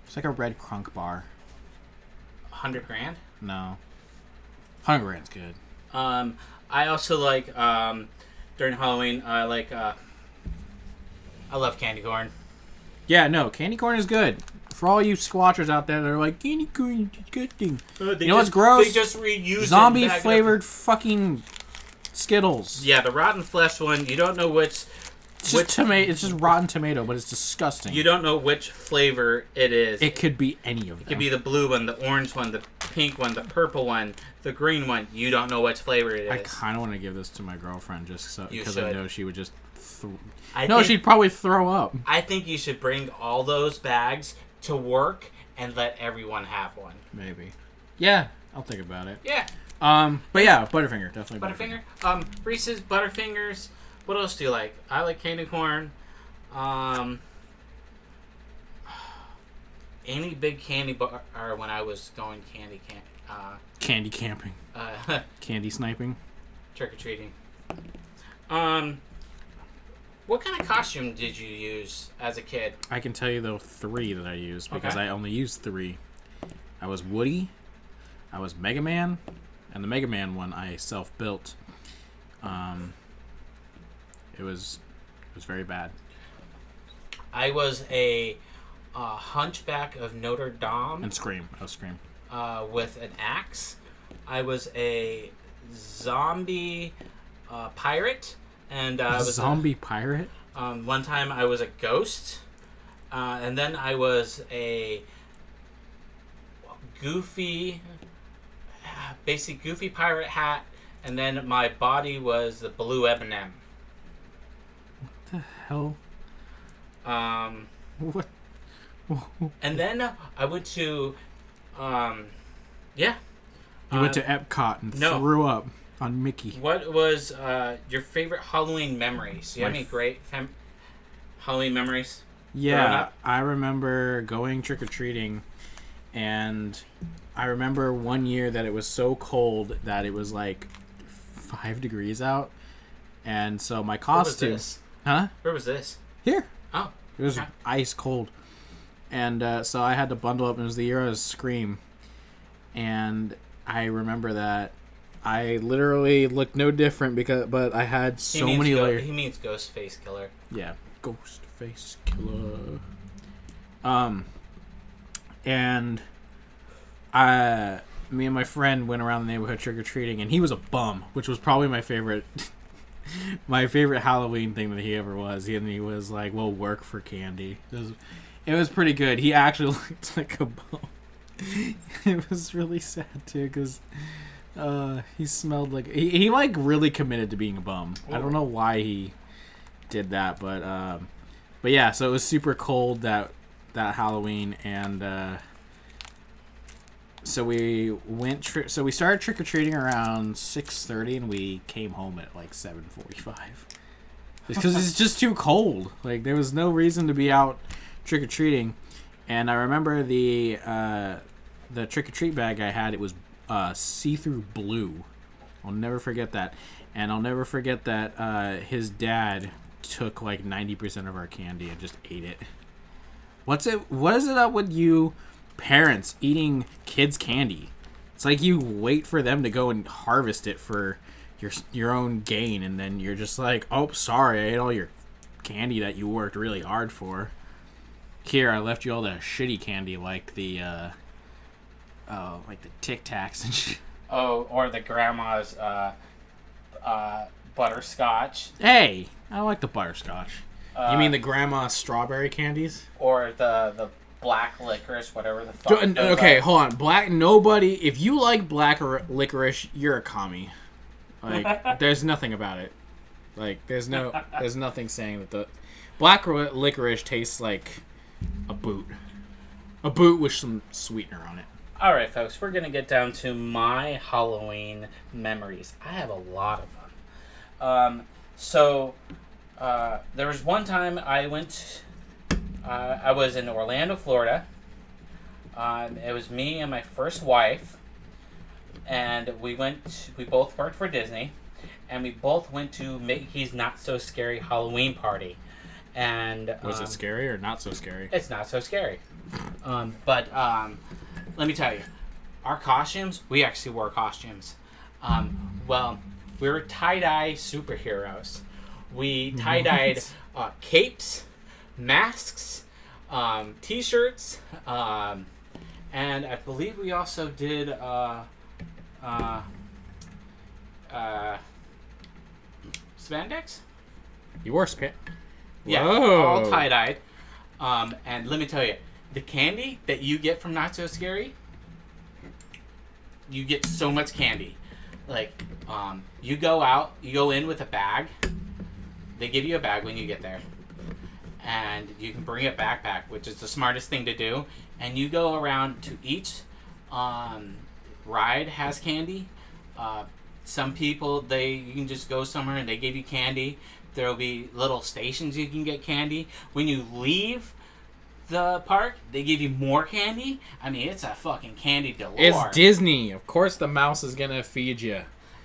[SPEAKER 2] It's like a red crunk bar.
[SPEAKER 1] Hundred grand.
[SPEAKER 2] No, Hunger Grand's good.
[SPEAKER 1] Um, I also like um, during Halloween. I like uh, I love candy corn.
[SPEAKER 2] Yeah, no, candy corn is good. For all you squatchers out there that are like candy corn is disgusting, You know what's gross?
[SPEAKER 1] Uh, They just reuse it
[SPEAKER 2] zombie
[SPEAKER 1] back up.
[SPEAKER 2] flavored fucking Skittles.
[SPEAKER 1] Yeah, the rotten flesh one. You don't know which
[SPEAKER 2] it's
[SPEAKER 1] which-
[SPEAKER 2] just tomato. It's just rotten tomato, but it's disgusting.
[SPEAKER 1] You don't know which flavor it is. It
[SPEAKER 2] it could be any of them.
[SPEAKER 1] could be the blue one, the orange one, the pink one, the purple one, the green one. You don't know which flavor it is.
[SPEAKER 2] I kind of want to give this to my girlfriend just so
[SPEAKER 1] You
[SPEAKER 2] because I
[SPEAKER 1] should.
[SPEAKER 2] know she would just. Th-
[SPEAKER 1] I
[SPEAKER 2] no,
[SPEAKER 1] think,
[SPEAKER 2] she'd probably throw up.
[SPEAKER 1] I think you should bring all those bags to work and let everyone have one.
[SPEAKER 2] Maybe. Yeah, I'll think about it.
[SPEAKER 1] Yeah,
[SPEAKER 2] Um, but yeah, Butterfinger definitely.
[SPEAKER 1] Butterfinger. Um, Reese's Butterfingers. What else do you like? I like candy corn. Um, any big candy bar or when I was going candy can uh,
[SPEAKER 2] Candy camping,
[SPEAKER 1] uh,
[SPEAKER 2] candy sniping.
[SPEAKER 1] trick or treating. Um, what kind of costume did you use as a kid?
[SPEAKER 2] I can tell you though three that I used because
[SPEAKER 1] Okay.
[SPEAKER 2] I only used three. I was Woody, I was Mega Man, and the Mega Man one I self built. Um, it was it was very bad.
[SPEAKER 1] I was a uh, hunchback of Notre Dame
[SPEAKER 2] And Scream, I was Scream.
[SPEAKER 1] uh, with an axe. I was a zombie uh, pirate, and uh, I was a-
[SPEAKER 2] Zombie pirate.
[SPEAKER 1] Um, one time I was a ghost, uh, and then I was a goofy, basic goofy pirate hat, and then my body was the blue M&M.
[SPEAKER 2] Hell,
[SPEAKER 1] Um,
[SPEAKER 2] what? You
[SPEAKER 1] and then I went to, um, yeah.
[SPEAKER 2] went
[SPEAKER 1] Uh,
[SPEAKER 2] to Epcot and
[SPEAKER 1] no.
[SPEAKER 2] threw up on Mickey.
[SPEAKER 1] What was uh, your favorite Halloween memories? Do you have
[SPEAKER 2] My
[SPEAKER 1] any
[SPEAKER 2] f-
[SPEAKER 1] great fam- Halloween memories? growing
[SPEAKER 2] Yeah,
[SPEAKER 1] up?
[SPEAKER 2] I remember going trick or treating, and I remember one year that it was so cold that it was like five degrees out, and so my
[SPEAKER 1] Where was
[SPEAKER 2] costume,
[SPEAKER 1] this?
[SPEAKER 2] huh?
[SPEAKER 1] Where was this?
[SPEAKER 2] Here,
[SPEAKER 1] Oh,
[SPEAKER 2] it was
[SPEAKER 1] Okay.
[SPEAKER 2] ice cold, and uh, so I had to bundle up. And it was the year I was Scream, and I remember that I literally looked no different because, but I had
[SPEAKER 1] He
[SPEAKER 2] so
[SPEAKER 1] means
[SPEAKER 2] many
[SPEAKER 1] go-
[SPEAKER 2] layers.
[SPEAKER 1] He means ghost face killer.
[SPEAKER 2] Yeah, Ghostface Killer. Um, and I, me and my friend went around the neighborhood trick or treating, and he was a bum, which was probably my favorite, my favorite Halloween thing that he ever was. And he was like, "We'll work for candy." It was, it was pretty good. He actually looked like a bum. it was really sad too, because. Uh, he smelled like he, he like really committed to being a bum. I don't know why he did that but um but yeah so it was super cold that that halloween and uh so we went tri- so we started trick-or-treating around 6.30 and we came home at like 7.45 because it's just too cold like there was no reason to be out trick-or-treating and i remember the uh the trick-or-treat bag i had it was uh see-through blue I'll never forget that. And I'll never forget that uh, his dad took like 90% of our candy and just ate it. What's it what is it up with you parents eating kids candy? It's like you wait for them to go and harvest it for your your own gain and then you're just like, "Oh, sorry, I ate all your candy that you worked really hard for." Here, I left you all that shitty candy like the uh oh, like the Tic Tacs and shit.
[SPEAKER 1] Oh, or the grandma's uh, uh, butterscotch,
[SPEAKER 2] Hey, I like the butterscotch.
[SPEAKER 1] Uh,
[SPEAKER 2] you mean the grandma strawberry candies?
[SPEAKER 1] or the the black licorice, whatever the fuck.
[SPEAKER 2] Don't-
[SPEAKER 1] those
[SPEAKER 2] okay,
[SPEAKER 1] are.
[SPEAKER 2] hold on. Black nobody. If you like black or- licorice, you're a commie. Like, there's nothing about it. Like, there's no, there's nothing saying that the black ri- licorice tastes like a boot, a boot with some sweetener on it.
[SPEAKER 1] All right, folks, we're gonna get down to my Halloween memories. I have a lot of them. Um, so uh, there was one time I went. Uh, I was in Orlando, Florida. Um, it was me and my first wife, and we went. We both worked for Disney, and we both went to Mickey's Not So Scary Halloween party. And
[SPEAKER 2] Was
[SPEAKER 1] um,
[SPEAKER 2] it scary or not so scary?
[SPEAKER 1] it's not so scary. Um, but um, let me tell you, our costumes, we actually wore costumes. Um, well, we were tie dye superheroes. We tie dyed uh, capes, masks, um, t shirts, um, and I believe we also did. Uh, uh, uh, spandex?
[SPEAKER 2] You wore spit.
[SPEAKER 1] Yeah,
[SPEAKER 2] Whoa.
[SPEAKER 1] all tie dyed. Um, and let me tell you, the candy that you get from Not So Scary, you get so much candy. Like, um, you go out, you go in with a bag. They give you a bag when you get there, and you can bring a backpack, which is the smartest thing to do. And you go around to each um, ride has candy. Uh, some people they you can just go somewhere and they give you candy. There'll be little stations you can get candy. When you leave the park, they give you more candy. I mean, it's a fucking candy galore.
[SPEAKER 2] It's Disney. Of course, the mouse is gonna feed you.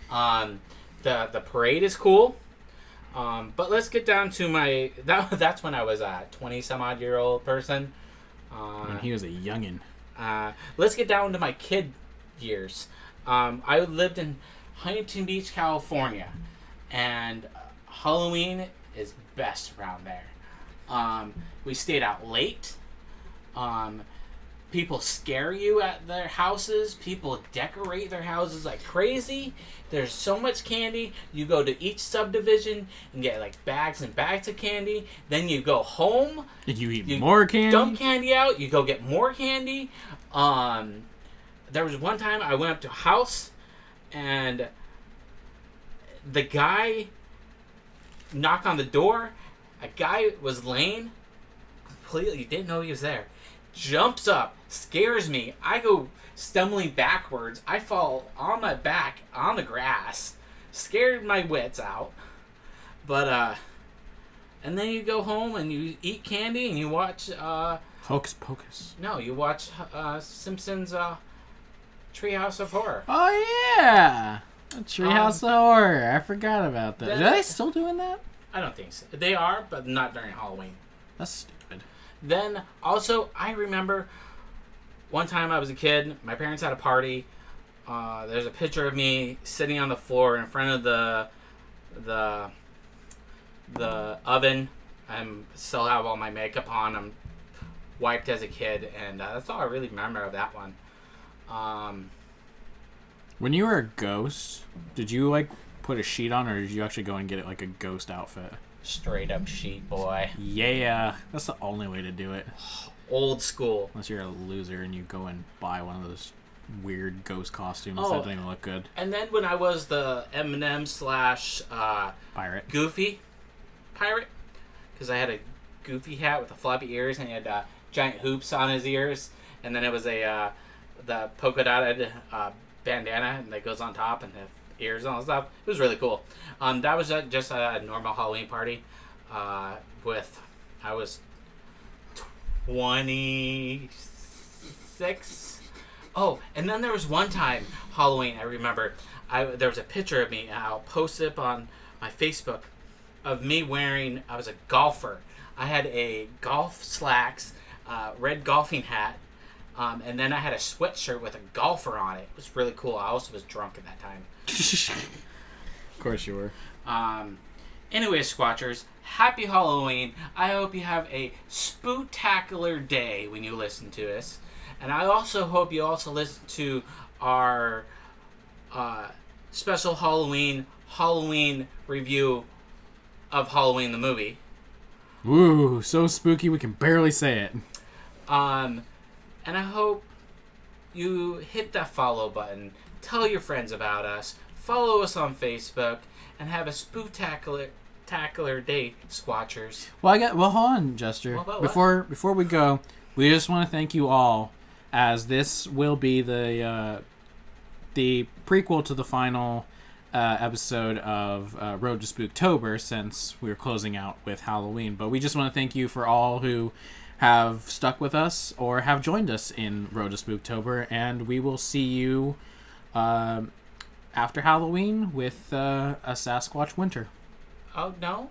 [SPEAKER 1] Um, the the parade is cool. Um, but let's get down to my that that's when I was a twenty some odd year old person. Uh,
[SPEAKER 2] And he was a youngin.
[SPEAKER 1] uh, let's get down to my kid years. Um, I lived in Huntington Beach, California, and Halloween is best around there. Um, we stayed out late. Um, people scare you at their houses. People decorate their houses like crazy. There's so much candy. You go to each subdivision and get like bags and bags of candy. Then you go home
[SPEAKER 2] Did you eat
[SPEAKER 1] You
[SPEAKER 2] more candy?
[SPEAKER 1] dump candy out. You go get more candy. Um, there was one time I went up to a house, and the guy knocked on the door. A guy was laying, completely didn't know he was there. Jumps up, scares me. I go stumbling backwards. I fall on my back on the grass, scared my wits out. But uh, and then you go home and you eat candy and you watch uh,
[SPEAKER 2] Hocus pocus.
[SPEAKER 1] no, you watch uh, Simpsons uh, Treehouse of Horror.
[SPEAKER 2] Oh yeah, Treehouse of Horror. I forgot about Um, that.
[SPEAKER 1] that-
[SPEAKER 2] Are they still doing that?
[SPEAKER 1] I don't think so. They are, but not during Halloween.
[SPEAKER 2] That's stupid.
[SPEAKER 1] Then also, I remember one time I was a kid. My parents had a party. Uh, there's a picture of me sitting on the floor in front of the the the oven. I'm still have all my makeup on. I'm wiped as a kid, and uh, that's all I really remember of that one. Um,
[SPEAKER 2] When you were a ghost, did you like put a sheet on, or did you actually go and get it like a ghost outfit?
[SPEAKER 1] straight up sheet boy,
[SPEAKER 2] Yeah, that's the only way to do it.
[SPEAKER 1] old school.
[SPEAKER 2] Unless you're a loser and you go and buy one of those weird ghost costumes
[SPEAKER 1] Oh.
[SPEAKER 2] that don't even look good.
[SPEAKER 1] And then when I was the Eminem slash uh,
[SPEAKER 2] Pirate.
[SPEAKER 1] Goofy pirate, because I had a Goofy hat with the floppy ears and he had uh, giant hoops on his ears, and then it was a uh, the polka dotted uh, bandana that goes on top and the ears and all that stuff. It was really cool. Um, that was uh, just a normal Halloween party uh, with I was twenty six. Oh, and then there was one time Halloween. I remember, I there was a picture of me. And I'll post it up on my Facebook of me wearing. I was a golfer. I had a golf slacks, uh, red golfing hat, um, and then I had a sweatshirt with a golfer on it. It was really cool. I also was drunk at that time.
[SPEAKER 2] of course you were.
[SPEAKER 1] Um, anyway, Squatchers, happy Halloween. I hope you have a spooktacular day when you listen to us. And I also hope you also listen to our uh, special Halloween Halloween review of Halloween the movie.
[SPEAKER 2] Woo, so spooky we can barely say it.
[SPEAKER 1] Um, and I hope you hit that follow button, tell your friends about us, follow us on Facebook, and have a spooktacular tacular day, Squatchers.
[SPEAKER 2] Well, I got well. Hold on, Jester.
[SPEAKER 1] What, what, what?
[SPEAKER 2] before before we go, we just want to thank you all, as this will be the uh, the prequel to the final uh, episode of uh, Road to Spooktober, since we're closing out with Halloween. But we just want to thank you for all who have stuck with us or have joined us in Road to Spooktober, and we will see you um after Halloween with uh, a Sasquatch Winter.
[SPEAKER 1] Oh no,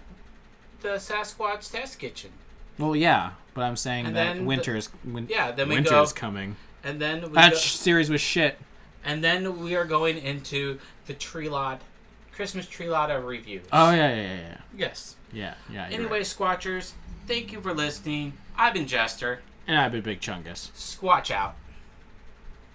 [SPEAKER 1] the Sasquatch Test Kitchen.
[SPEAKER 2] Well, yeah, but I'm saying
[SPEAKER 1] And
[SPEAKER 2] that
[SPEAKER 1] then
[SPEAKER 2] winter
[SPEAKER 1] the-
[SPEAKER 2] is win-
[SPEAKER 1] Yeah, then we
[SPEAKER 2] winter
[SPEAKER 1] go-
[SPEAKER 2] is coming.
[SPEAKER 1] And then we
[SPEAKER 2] That
[SPEAKER 1] go-
[SPEAKER 2] sh- series was shit.
[SPEAKER 1] and then we are going into the tree lot, Christmas tree lot of reviews.
[SPEAKER 2] Oh yeah, yeah, yeah, yeah,
[SPEAKER 1] yes.
[SPEAKER 2] yeah. yeah you're
[SPEAKER 1] Anyway,
[SPEAKER 2] right.
[SPEAKER 1] Squatchers, thank you for listening. I've been Jester.
[SPEAKER 2] and I've been Big Chungus.
[SPEAKER 1] Squatch out.